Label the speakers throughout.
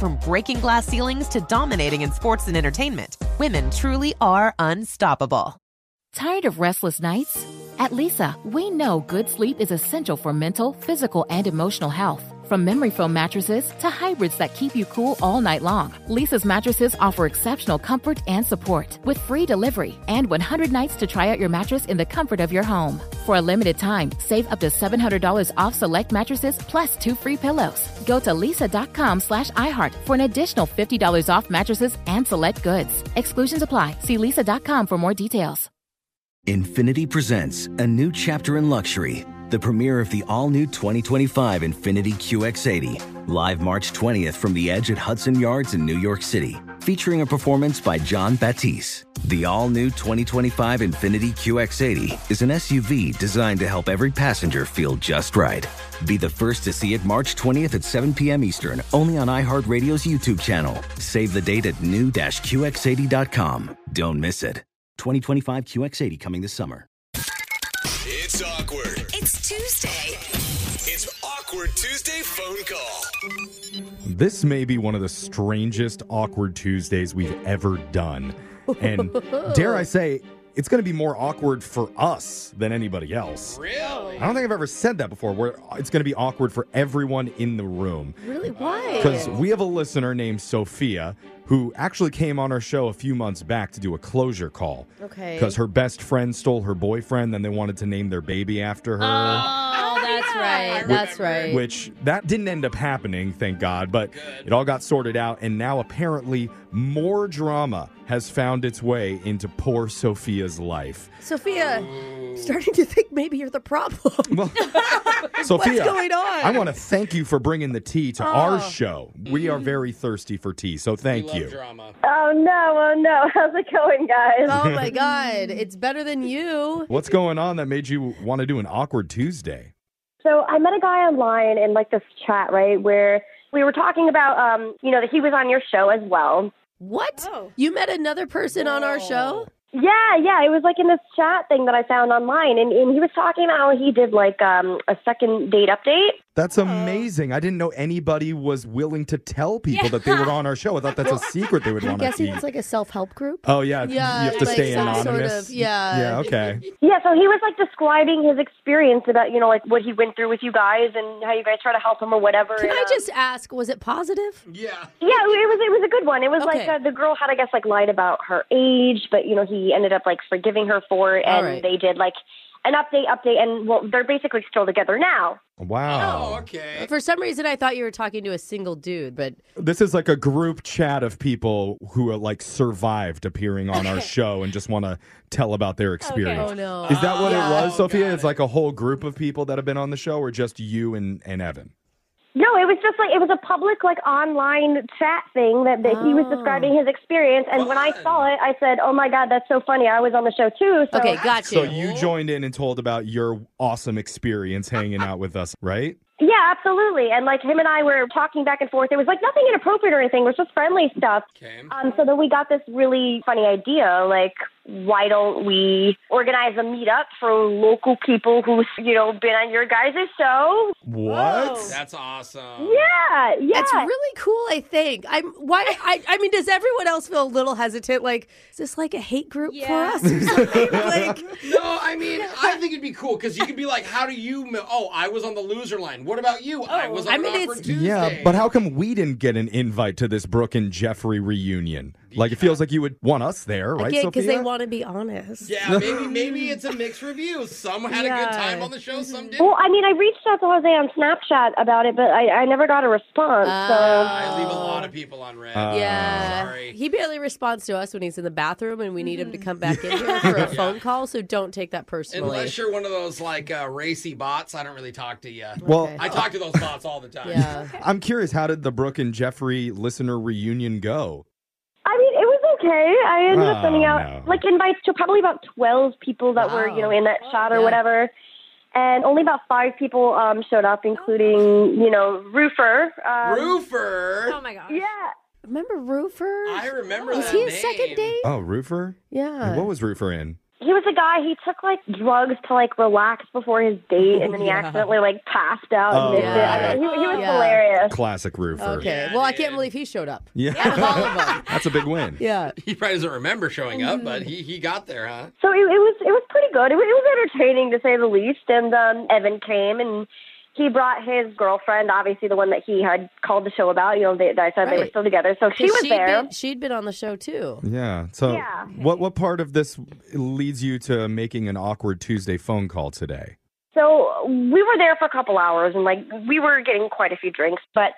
Speaker 1: From breaking glass ceilings to dominating in sports and entertainment, women truly are unstoppable.
Speaker 2: Tired of restless nights? At Lisa, we know good sleep is essential for mental, physical, and emotional health. From memory foam mattresses to hybrids that keep you cool all night long, Lisa's mattresses offer exceptional comfort and support with free delivery and 100 nights to try out your mattress in the comfort of your home. For a limited time, save up to $700 off select mattresses plus two free pillows. Go to lisa.com slash iHeart for an additional $50 off mattresses and select goods. Exclusions apply. See lisa.com for more details.
Speaker 3: Infinity presents a new chapter in luxury, the premiere of the all new 2025 Infinity QX80, live March 20th from the edge at Hudson Yards in New York City, featuring a performance by John Batisse. The all new 2025 Infinity QX80 is an SUV designed to help every passenger feel just right. Be the first to see it March 20th at 7 p.m. Eastern, only on iHeartRadio's YouTube channel. Save the date at new-QX80.com. Don't miss it. 2025 QX80 coming this summer.
Speaker 4: It's awkward.
Speaker 5: It's Tuesday.
Speaker 4: It's awkward Tuesday phone call.
Speaker 6: This may be one of the strangest awkward Tuesdays we've ever done. And dare I say, it's going to be more awkward for us than anybody else.
Speaker 4: Really?
Speaker 6: I don't think I've ever said that before, where it's going to be awkward for everyone in the room.
Speaker 7: Really? Why?
Speaker 6: Because we have a listener named Sophia who actually came on our show a few months back to do a closure call.
Speaker 7: Okay.
Speaker 6: Because her best friend stole her boyfriend, then they wanted to name their baby after her.
Speaker 7: Oh, that's right. That's right.
Speaker 6: which that didn't end up happening, thank God, but it all got sorted out and now apparently more drama has found its way into poor Sophia's life.
Speaker 7: Sophia, I'm starting to think maybe you're the problem.
Speaker 6: Well, Sophia,
Speaker 7: going on? Oh.
Speaker 6: I want to thank you for bringing the tea to our show. We are very thirsty for tea, so thank you.
Speaker 4: Drama.
Speaker 8: Oh no, oh no. How's it going, guys?
Speaker 7: oh my God. It's better than you.
Speaker 6: What's going on that made you want to do an awkward Tuesday?
Speaker 8: So I met a guy online in like this chat, right, where we were talking about um, you know, that he was on your show as well.
Speaker 7: What? You met another person on our show?
Speaker 8: Yeah, yeah. It was like in this chat thing that I found online and, and he was talking about how he did like um a second date update.
Speaker 7: Oh.
Speaker 6: That's amazing. I didn't know anybody was willing to tell people that they were on our show. I thought that's a secret they would
Speaker 7: I'm
Speaker 6: want to
Speaker 7: guessing
Speaker 6: keep.
Speaker 7: it's like a self help group.
Speaker 6: Oh yeah,
Speaker 7: Yeah,
Speaker 6: you have to
Speaker 7: like
Speaker 6: stay
Speaker 7: some sort
Speaker 6: anonymous.
Speaker 7: of- yeah.
Speaker 6: Yeah, okay.
Speaker 8: Yeah, so he was like describing his experience about, you know, like what he went through with you guys and how you guys try to help him or whatever.
Speaker 7: Can
Speaker 8: and,
Speaker 7: I
Speaker 8: um,
Speaker 7: just ask, was it positive?
Speaker 4: Yeah.
Speaker 8: Yeah, it was it was a good one. It was
Speaker 7: Okay.
Speaker 8: like uh, the girl had I guess like lied about her age, but you know he ended up like forgiving her for it,
Speaker 7: All
Speaker 8: and
Speaker 7: right.
Speaker 8: they did like an update, update, and well, they're basically still together now.
Speaker 6: Wow.
Speaker 4: Oh, okay.
Speaker 7: For some reason, I thought you were talking to a single dude, but
Speaker 6: This is like a group chat of people who are like survived appearing on our show and just want to tell about their experience.
Speaker 7: oh no.
Speaker 6: Is that what
Speaker 4: Yeah.
Speaker 6: it was,
Speaker 4: Oh,
Speaker 6: Sophia?
Speaker 4: got
Speaker 6: It's like a whole group of people that have been on the show, or just you and, and Evan?
Speaker 8: No, it was just like it was a public like online chat thing that, that he was
Speaker 7: Oh.
Speaker 8: describing his experience, and when I saw it, I said, "Oh my god, that's so funny! I was on the show too." So.
Speaker 7: Okay, got
Speaker 6: So
Speaker 7: you.
Speaker 6: you joined in and told about your awesome experience hanging out with us, right?
Speaker 8: Yeah, absolutely. And like him and I were talking back and forth. It was like nothing inappropriate or anything. It was just friendly stuff.
Speaker 4: Okay.
Speaker 8: Um, so then we got this really funny idea, like why don't we organize a meetup for local people who's you know been on your guys' show?
Speaker 6: What?
Speaker 4: That's awesome.
Speaker 8: Yeah, yeah.
Speaker 7: That's really cool. I think. I'm. Why? I. I mean, does everyone else feel a little hesitant? Like, is this like a hate group
Speaker 5: Yeah.
Speaker 7: for us or something? like,
Speaker 4: No, I mean, I think it'd be cool because you could be like, how do you? mi- Oh, I was on the loser line. What about you? I was on
Speaker 7: Oh, I mean,
Speaker 4: an
Speaker 7: it's-
Speaker 4: awkward Tuesday.
Speaker 6: Yeah, but how come we didn't get an invite to this Brooke and Jeffrey reunion? Like, it feels like you would want us there, right,
Speaker 7: because
Speaker 6: Sophia?
Speaker 7: they want want to be honest.
Speaker 4: Yeah, maybe maybe it's a mixed review. Some had a good time on the show, some didn't.
Speaker 8: Well, I mean, I reached out to Jose on Snapchat about it, but I, I never got a response. so
Speaker 4: I leave a lot
Speaker 7: uh,
Speaker 4: of people on red.
Speaker 6: Oh, uh,
Speaker 7: Yeah.
Speaker 4: Sorry.
Speaker 7: He barely responds to us when he's in the bathroom and we need him to
Speaker 8: Mm-hmm.
Speaker 7: come back in here for a phone call, so don't take that personally.
Speaker 4: Unless you're one of those like uh, racy bots, I don't really talk to you.
Speaker 6: Well,
Speaker 4: I talk to those bots all the time.
Speaker 7: yeah.
Speaker 6: I'm curious, how did the Brooke and Jeffrey listener reunion go?
Speaker 8: I mean, it was okay. I ended
Speaker 6: Oh,
Speaker 8: up sending out
Speaker 6: no.
Speaker 8: like invites to probably about twelve people that were you know in that shot or whatever, and only about five people um, showed up, including you know Roofer. Um,
Speaker 4: Roofer.
Speaker 5: Oh my gosh.
Speaker 8: Yeah,
Speaker 7: Remember Roofer?
Speaker 4: I remember
Speaker 7: Was
Speaker 4: that
Speaker 7: he a
Speaker 4: name.
Speaker 7: second date?
Speaker 6: Oh, Roofer?
Speaker 7: Yeah.
Speaker 6: And what was Roofer in?
Speaker 8: he was a guy. He took like drugs to like relax before his date, and then he accidentally like passed out.
Speaker 6: Oh,
Speaker 8: and missed it. I
Speaker 6: right.
Speaker 8: mean, he, he was
Speaker 7: Yeah.
Speaker 8: hilarious.
Speaker 6: Classic Roofer.
Speaker 7: Okay.
Speaker 4: Yeah,
Speaker 7: well, I
Speaker 4: dude.
Speaker 7: can't believe he showed up.
Speaker 6: Yeah.
Speaker 7: All of them.
Speaker 6: That's a big win.
Speaker 7: Yeah.
Speaker 4: He probably doesn't remember showing up, but
Speaker 7: Mm-hmm.
Speaker 4: he, he got there, huh?
Speaker 8: So it, it was it was pretty good. It was, it was entertaining to say the least. And um, Evan came and he brought his girlfriend, obviously the one that he had called the show about. You know, they, I said they were
Speaker 7: Right.
Speaker 8: still together, so she was
Speaker 7: she'd
Speaker 8: there.
Speaker 7: Been, she'd been on the show too.
Speaker 6: Yeah. So,
Speaker 8: Yeah.
Speaker 6: what what part of this leads you to making an awkward Tuesday phone call today?
Speaker 8: So we were there for a couple hours, and like we were getting quite a few drinks. But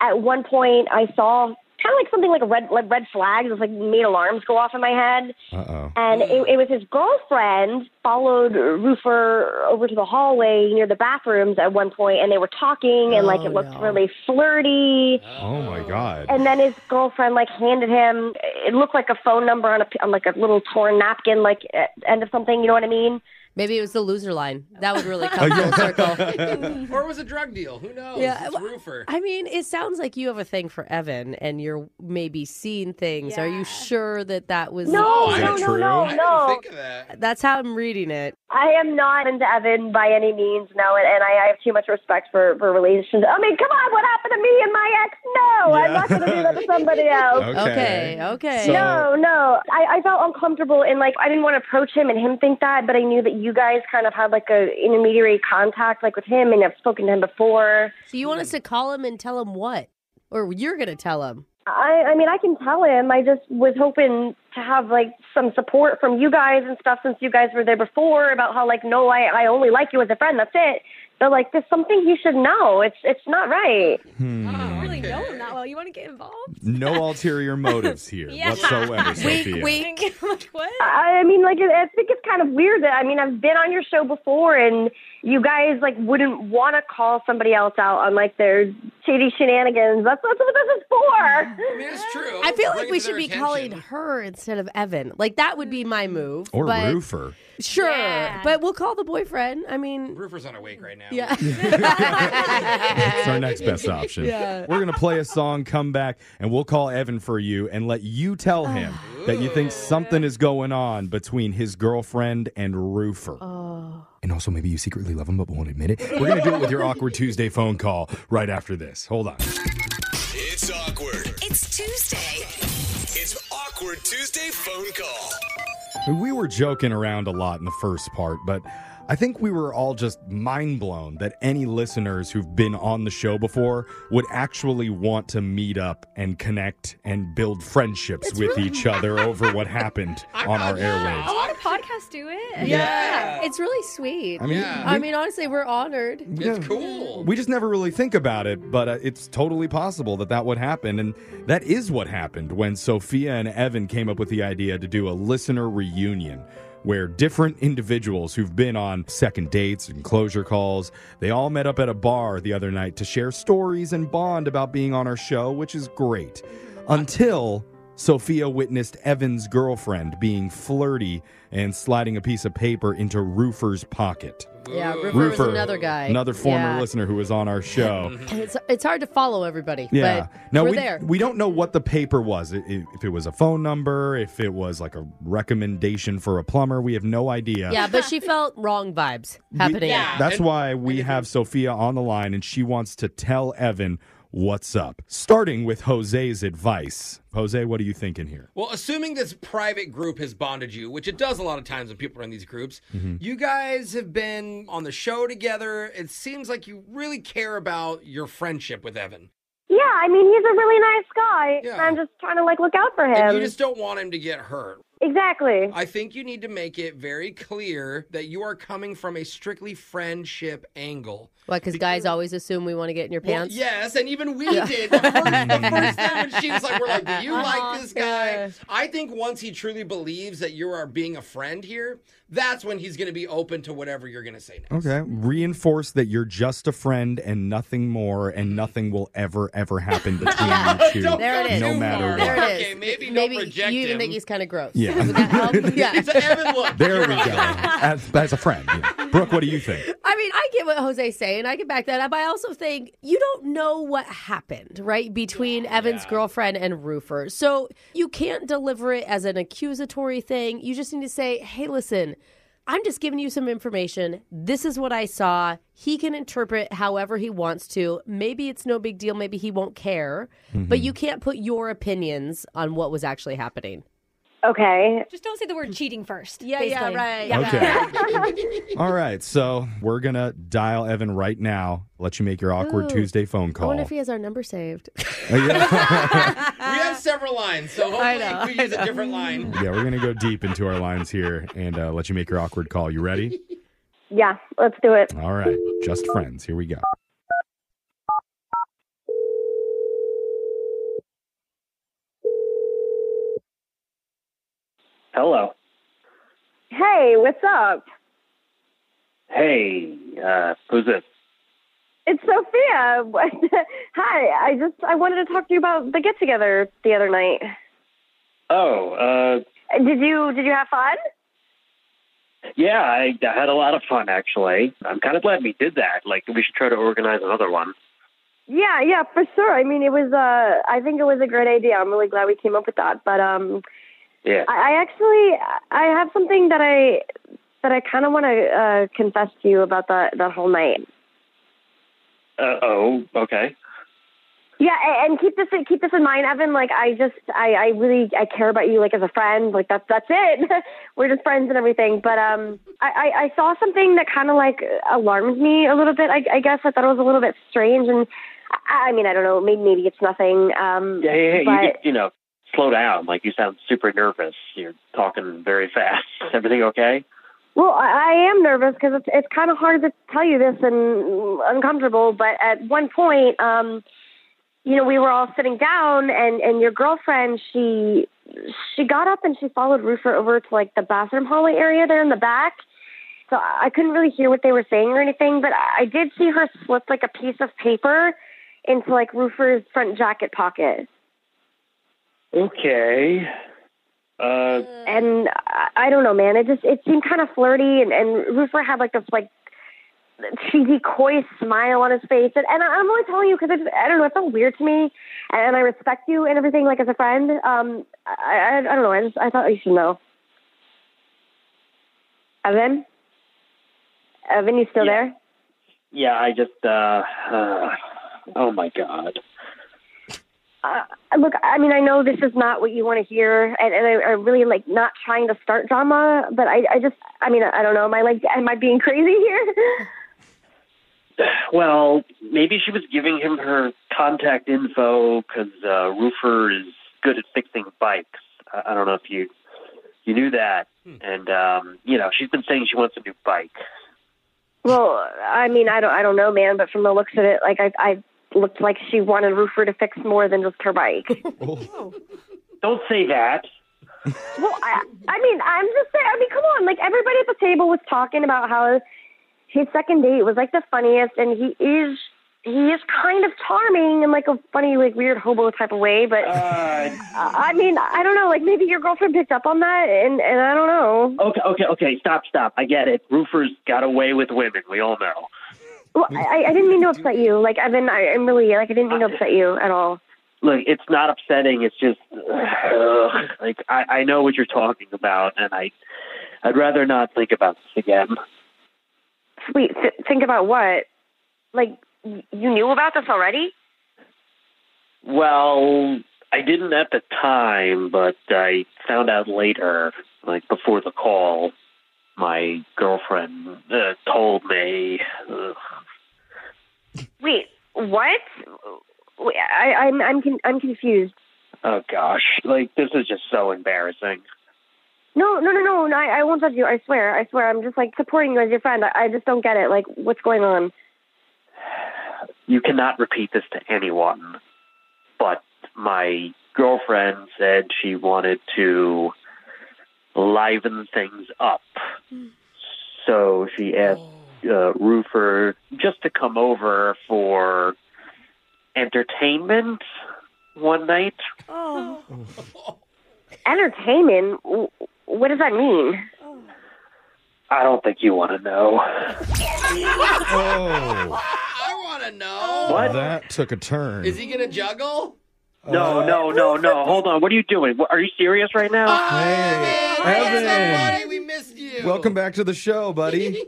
Speaker 8: at one point, I saw kind of like something like a red like red flags. It was like made alarms go off in my head.
Speaker 6: Uh oh.
Speaker 8: And it, it was his girlfriend followed Roofer over to the hallway near the bathrooms at one point, and they were talking, and like
Speaker 7: Oh,
Speaker 8: it looked
Speaker 7: no.
Speaker 8: really flirty.
Speaker 6: Oh my God.
Speaker 8: And then his girlfriend like handed him. It looked like a phone number on a p- on like a little torn napkin, like at the end of something. You know what I mean?
Speaker 7: Maybe it was the loser line. That would really come full circle.
Speaker 4: Or it was a drug deal. Who knows?
Speaker 7: Yeah,
Speaker 4: It's
Speaker 7: well,
Speaker 4: Roofer.
Speaker 7: I mean, it sounds like you have a thing for Evan, and you're maybe seeing things. Are you sure that that was?
Speaker 8: No, no,
Speaker 4: Is
Speaker 6: that
Speaker 8: no,
Speaker 6: true?
Speaker 8: no,
Speaker 4: I
Speaker 8: no.
Speaker 4: didn't think of that.
Speaker 7: That's how I'm reading it.
Speaker 8: I am not into Evan by any means, no, and, and I, I have too much respect for, for relationships. I mean, come on, what happened to me and my ex? No, I'm not going to do that to somebody else.
Speaker 7: Okay. Okay.
Speaker 6: So-
Speaker 8: No, no. I, I felt uncomfortable and like I didn't want to approach him and him think that, but I knew that you guys kind of had like a intermediary contact like with him and I've spoken to him before.
Speaker 7: So you want us to call him and tell him what, or you're gonna tell him?
Speaker 8: I, I mean I can tell him. I just was hoping to have like some support from you guys and stuff since you guys were there before about how like no I, I only like you as a friend, that's it. But like there's something he should know. It's it's not right.
Speaker 5: I don't really know him that well. You want to get involved?
Speaker 6: No ulterior motives here
Speaker 5: Yeah.
Speaker 6: whatsoever, Sophia.
Speaker 5: Like, what?
Speaker 8: I I mean, like, I I think it's kind of weird that, I mean, I've been on your show before and you guys, like, wouldn't want to call somebody else out on, like, their shady shenanigans. That's, that's what this is for.
Speaker 4: I mean, it's true.
Speaker 7: I feel
Speaker 4: Bring
Speaker 7: like
Speaker 4: it
Speaker 7: we
Speaker 4: to
Speaker 7: should
Speaker 4: their
Speaker 7: be
Speaker 4: attention.
Speaker 7: calling her instead of Evan. Like that would be my move.
Speaker 6: Or
Speaker 7: but
Speaker 6: Roofer.
Speaker 7: Sure,
Speaker 5: Mm. Yeah.
Speaker 7: but we'll call the boyfriend. I mean,
Speaker 4: Roofer's on awake right now.
Speaker 7: yeah.
Speaker 6: It's our next best option. We're going to play a song, come back, and we'll call Evan for you and let you tell him that you think something is going on between his girlfriend and Roofer. And also, maybe you secretly love him but won't admit it. We're going to do it with your Awkward Tuesday phone call right after this. Hold on.
Speaker 9: It's awkward.
Speaker 10: It's Tuesday.
Speaker 9: It's awkward Tuesday phone call.
Speaker 6: We were joking around a lot in the first part, but I think we were all just mind blown that any listeners who've been on the show before would actually want to meet up and connect and build friendships with each other over what happened on our
Speaker 5: A
Speaker 6: airwaves.
Speaker 5: lot of podcasts do it.
Speaker 7: yeah, it's really sweet.
Speaker 6: I mean,
Speaker 4: Yeah.
Speaker 7: I mean, honestly, we're honored.
Speaker 4: It's cool.
Speaker 6: we just never really think about it, but uh, it's totally possible that that would happen. And that is what happened when Sophia and Evan came up with the idea to do a listener reunion where different individuals who've been on second dates and closure calls, they all met up at a bar the other night to share stories and bond about being on our show, which is great. Until Sophia witnessed Evan's girlfriend being flirty and sliding a piece of paper into Roofer's pocket.
Speaker 7: Yeah, Roofer, was
Speaker 6: Roofer,
Speaker 7: another guy,
Speaker 6: another former
Speaker 7: Yeah.
Speaker 6: listener who was on our show.
Speaker 7: It's it's hard to follow everybody.
Speaker 6: Yeah.
Speaker 7: but
Speaker 6: now
Speaker 7: we're
Speaker 6: we
Speaker 7: there.
Speaker 6: we don't know what the paper was. I- i- If it was a phone number, if it was like a recommendation for a plumber, we have no idea.
Speaker 7: yeah, but she felt wrong vibes
Speaker 6: We-
Speaker 7: happening.
Speaker 6: That's
Speaker 4: And-
Speaker 6: why we have Sophia on the line, and she wants to tell Evan what's up. Starting with Jose's advice. Jose, what are you thinking here?
Speaker 4: Well, assuming this private group has bonded you, which it does a lot of times when people are in these groups, you guys have been on the show together. It seems like you really care about your friendship with Evan.
Speaker 8: Yeah, I mean, he's a really nice guy.
Speaker 4: Yeah.
Speaker 8: I'm just trying to, like, look out for
Speaker 4: And you
Speaker 8: him.
Speaker 4: just don't want him to get hurt.
Speaker 8: Exactly.
Speaker 4: I think you need to make it very clear that you are coming from a strictly friendship angle.
Speaker 7: Like, because guys always assume we want to get in your
Speaker 4: Well,
Speaker 7: pants.
Speaker 4: yes, and even we did. The first, the first time when she was like, "We're like, do you like this guy?"
Speaker 7: Uh-huh. yeah.
Speaker 4: I think once he truly believes that you are being a friend here, that's when he's going to be open to whatever you're going to say next.
Speaker 6: Okay. Reinforce that you're just a friend and nothing more, and nothing will ever, ever happen between you two.
Speaker 4: Don't
Speaker 7: There it
Speaker 4: go
Speaker 7: is.
Speaker 6: No
Speaker 4: too
Speaker 6: matter
Speaker 4: far.
Speaker 6: what.
Speaker 7: There it is.
Speaker 4: Okay, maybe don't
Speaker 7: maybe
Speaker 4: reject
Speaker 7: you even
Speaker 4: him.
Speaker 7: think he's kind of gross.
Speaker 6: Yeah.
Speaker 7: Would that help? yeah.
Speaker 4: It's an Evan look.
Speaker 6: There
Speaker 4: You're
Speaker 6: we go.
Speaker 4: right.
Speaker 6: As, as a friend. yeah. Brooke, what do you think?
Speaker 7: I mean, I get what Jose's saying. I can back that up. I also think you don't know what happened, right, between Evan's girlfriend and Roofer. So you can't deliver it as an accusatory thing. You just need to say, hey, listen, I'm just giving you some information. This is what I saw. He can interpret however he wants to. Maybe it's no big deal. Maybe he won't care.
Speaker 6: Mm-hmm.
Speaker 7: But you can't put your opinions on what was actually happening.
Speaker 8: Okay.
Speaker 5: Just don't say the word cheating first.
Speaker 7: Yeah,
Speaker 5: basically.
Speaker 7: yeah, right.
Speaker 6: Okay. All right. So we're going to dial Evan right now, let you make your awkward
Speaker 7: Ooh.
Speaker 6: Tuesday phone
Speaker 7: I
Speaker 6: call.
Speaker 7: wonder if he has our number saved.
Speaker 6: Oh, yeah.
Speaker 4: We have several lines, so hopefully
Speaker 7: know,
Speaker 4: we use a different line.
Speaker 6: yeah, we're going to go deep into our lines here and uh, let you make your awkward call. You ready?
Speaker 8: Yeah, let's do it.
Speaker 6: All right. Just friends. Here we go.
Speaker 10: Hello.
Speaker 8: Hey, what's up?
Speaker 10: Hey, uh, who's this?
Speaker 8: It's Sophia. Hi. I just I wanted to talk to you about the get together the other night.
Speaker 10: Oh,
Speaker 8: Did you did you have fun?
Speaker 10: uh, yeah, I, I had a lot of fun actually. I'm kind of glad we did that. Like, we should try to organize another one.
Speaker 8: Yeah, yeah, for sure. I mean, it was uh I think it was a great idea. I'm really glad we came up with that. But um
Speaker 10: Yeah.
Speaker 8: I, I actually I have something that I that I kind of want to uh confess to you about that that whole night.
Speaker 10: Uh, oh, okay.
Speaker 8: Yeah, a- and keep this keep this in mind, Evan. Like, I just I I really I care about you, like as a friend. Like that's that's it. We're just friends and everything. But um, I I, I saw something that kind of like alarmed me a little bit. I, I guess I thought it was a little bit strange, and I, I mean I don't know. Maybe maybe it's nothing. Um,
Speaker 10: Yeah, yeah, yeah. You,
Speaker 8: but
Speaker 10: could, you know, slow down. Like, you sound super nervous. You're talking very fast. Everything okay?
Speaker 8: well, I, I am nervous because it's it's kind of hard to tell you this and uncomfortable. But at one point, um, you know, we were all sitting down, and and your girlfriend she she got up and she followed Roofer over to like the bathroom hallway area there in the back. So I I couldn't really hear what they were saying or anything, but I I did see her slip like a piece of paper into like Roofer's front jacket pocket.
Speaker 10: Okay. Uh,
Speaker 8: And I, I don't know, man, it just it seemed kind of flirty and and Roofer had like this like cheesy coy smile on his face and, and I- i'm only telling you because i don't know it felt weird to me and i respect you and everything like as a friend um i i, I don't know i just i thought you should know evan evan you still
Speaker 10: Yeah.
Speaker 8: there
Speaker 10: yeah, I just, uh, uh, oh my God.
Speaker 8: look, I mean, I know this is not what you want to hear, and, and I, I'm really like not trying to start drama, but I, I just, I mean, I don't know. Am I like, am I being crazy here?
Speaker 10: Well, maybe she was giving him her contact info because uh, Roofer is good at fixing bikes. I, I don't know if you you knew that, and um, you know she's been saying she wants a new bike.
Speaker 8: well, I mean, I don't, I don't know, man. But from the looks of it, like I, I looked like she wanted Roofer to fix more than just her bike.
Speaker 10: Don't say that.
Speaker 8: well, I, I mean, I'm just saying. I mean, come on, like everybody at the table was talking about how his second date was like the funniest, and he is. He is kind of charming in like a funny, like weird hobo type of way, but
Speaker 10: Uh,
Speaker 8: I mean, I don't know. Like maybe your girlfriend picked up on that, and and I don't know.
Speaker 10: okay, okay, okay. Stop, stop. I get it. Roofer's got away with women. We all know.
Speaker 8: Well, I, I didn't mean to upset you. Like I've been, I, I'm really like I didn't mean to upset you at all.
Speaker 10: Look, it's not upsetting. It's just ugh, like I, I know what you're talking about, and I I'd rather not think about this again.
Speaker 8: Wait, th- think about what? Like y- you knew about this already?
Speaker 10: Well, I didn't at the time, but I found out later, like before the call. My girlfriend uh, told me. Ugh.
Speaker 8: Wait, what? Wait, I, I'm I'm con- I'm confused.
Speaker 10: Oh gosh, like this is just so embarrassing.
Speaker 8: No, no, no, no, no. I, I won't judge you. I swear. I swear. I'm just like supporting you as your friend. I, I just don't get it. Like, what's going on?
Speaker 10: You cannot repeat this to anyone, but my girlfriend said she wanted to liven things up. So she asked
Speaker 8: Oh.
Speaker 10: uh, Roofer just to come over for entertainment one night.
Speaker 8: Oh. Entertainment? W- What does that mean?
Speaker 10: I don't think you want to know.
Speaker 6: Oh,
Speaker 4: I want to know.
Speaker 10: What?
Speaker 6: that took a turn.
Speaker 4: Is he going to juggle?
Speaker 10: No, no, no, no. Hold on. What are you doing? What, are you serious right now?
Speaker 6: Hey,
Speaker 4: Evan,
Speaker 6: Evan,
Speaker 4: everybody, we missed you.
Speaker 6: welcome back to the show, buddy.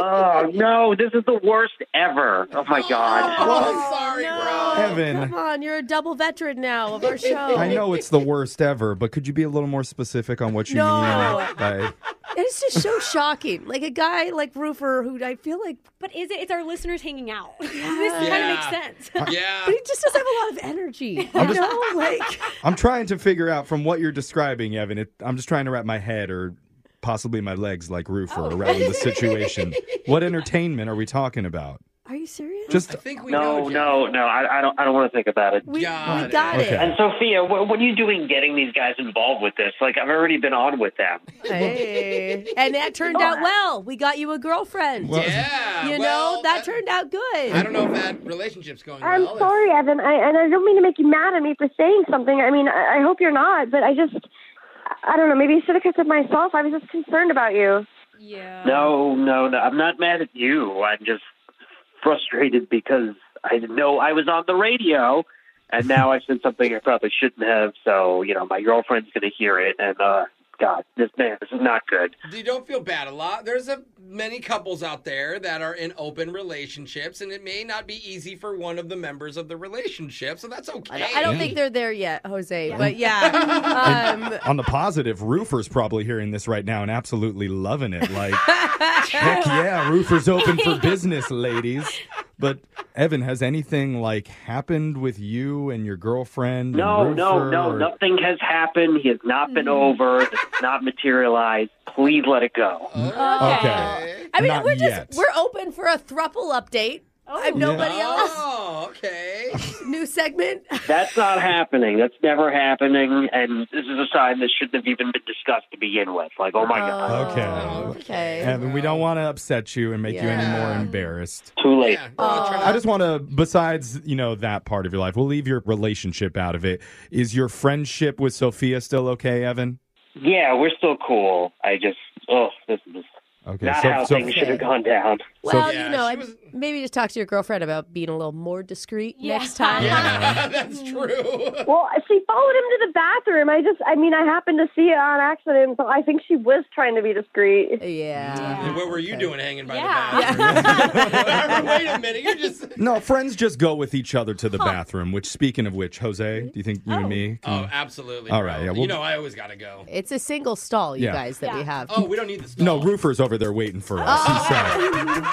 Speaker 10: Oh, no. This is the worst ever. Oh, my God.
Speaker 4: Oh, sorry, bro.
Speaker 6: Evan,
Speaker 7: Come on, you're a double veteran now of our show.
Speaker 6: I know it's the worst ever, but could you be a little more specific on what you
Speaker 7: No.
Speaker 6: mean by
Speaker 7: It's just so shocking. Like a guy like Roofer, who I feel like
Speaker 5: But is it? It's our listeners hanging out. this kind of
Speaker 4: Yeah.
Speaker 5: makes sense.
Speaker 4: Yeah.
Speaker 7: but he just doesn't have a lot of energy.
Speaker 6: I'm
Speaker 7: you know,
Speaker 6: just-
Speaker 7: like
Speaker 6: I'm trying to figure out from what you're describing, Evan. It, I'm just trying to wrap my head or possibly my legs like roofer
Speaker 7: Oh.
Speaker 6: around the situation. what entertainment are we talking about?
Speaker 7: are you serious?
Speaker 6: Just
Speaker 4: I think we
Speaker 10: No,
Speaker 4: know. Jeff.
Speaker 10: no, no. I, I don't. I don't want to think about it.
Speaker 7: we, we
Speaker 4: got it.
Speaker 7: got it.
Speaker 6: Okay.
Speaker 10: And Sophia, what, what are you doing getting these guys involved with this? Like, I've already been on with them.
Speaker 7: Hey. And that turned out well. We got you a girlfriend.
Speaker 6: Well-
Speaker 4: Yeah.
Speaker 7: you
Speaker 4: well,
Speaker 7: know, that, turned out good.
Speaker 4: I don't know if that relationship's going
Speaker 8: I'm
Speaker 4: well.
Speaker 8: sorry, Evan. I, and I don't mean to make you mad at me for saying something. I mean, I, I hope you're not, but I just, I don't know. Maybe I should have kept it myself. I was just concerned about you.
Speaker 5: Yeah.
Speaker 10: No, no, no. I'm not mad at you. I'm just frustrated because I know I was on the radio, and now I said something I probably shouldn't have. So you know, my girlfriend's going to hear it, and uh, God, this man, this is not good.
Speaker 4: You don't feel bad a lot. There's a, many couples out there that are in open relationships, and it may not be easy for one of the members of the relationship, so that's okay.
Speaker 7: I don't think they're there yet, Jose. But yeah, um,
Speaker 6: on the positive, roofer's probably hearing this right now and absolutely loving it. Like, heck yeah, roofer's open for business, ladies. But Evan, has anything like happened with you and your girlfriend? and
Speaker 10: No, no,
Speaker 6: Roofer,
Speaker 10: no.
Speaker 6: or-
Speaker 10: Nothing has happened. He has not
Speaker 8: Hmm.
Speaker 10: been over. This has not materialized. Please let it go.
Speaker 6: Okay.
Speaker 7: I mean,
Speaker 6: Not
Speaker 7: we're just
Speaker 6: yet.
Speaker 7: we're open for a thruple update. Oh, I'm nobody else.
Speaker 4: Oh, okay.
Speaker 7: New segment.
Speaker 10: That's not happening. That's never happening. And this is a sign that shouldn't have even been discussed to begin with. Like, oh
Speaker 8: Uh-huh.
Speaker 10: my God.
Speaker 6: Okay.
Speaker 7: Oh, Okay.
Speaker 6: Evan, we don't want to upset you and make you any more
Speaker 4: Yeah.
Speaker 6: embarrassed.
Speaker 10: Too late.
Speaker 4: Yeah, well, try
Speaker 6: I just want to, besides, you know, that part of your life, we'll leave your relationship out of it. Is your friendship with Sophia still okay, Evan?
Speaker 10: Yeah, we're still cool. I just, oh, this is
Speaker 6: Okay.
Speaker 10: not how things should have gone down.
Speaker 7: Well,
Speaker 4: Yeah,
Speaker 7: you know,
Speaker 4: she
Speaker 7: I-
Speaker 4: was-
Speaker 7: maybe just talk to your girlfriend about being a little more discreet
Speaker 5: Yeah.
Speaker 7: next time.
Speaker 4: Yeah, that's true.
Speaker 8: Well, she followed him to the bathroom. I just, I mean, I happened to see it on accident, so I think she was trying to be discreet.
Speaker 7: Yeah.
Speaker 4: And what were you doing hanging by
Speaker 5: Yeah.
Speaker 4: the bathroom? Wait a minute, you're just.
Speaker 6: no, friends just go with each other to the bathroom, which, speaking of which, Jose, do you think you and me? can-
Speaker 4: Oh, absolutely.
Speaker 6: All
Speaker 4: bro.
Speaker 6: right, yeah,
Speaker 4: you
Speaker 6: we'll-
Speaker 4: know, I always gotta go.
Speaker 7: It's a single stall, you
Speaker 6: Yeah.
Speaker 7: guys, that we have.
Speaker 4: Oh, we don't need this.
Speaker 6: no, Roofer's over there waiting for us.
Speaker 4: Oh.
Speaker 6: He's sorry.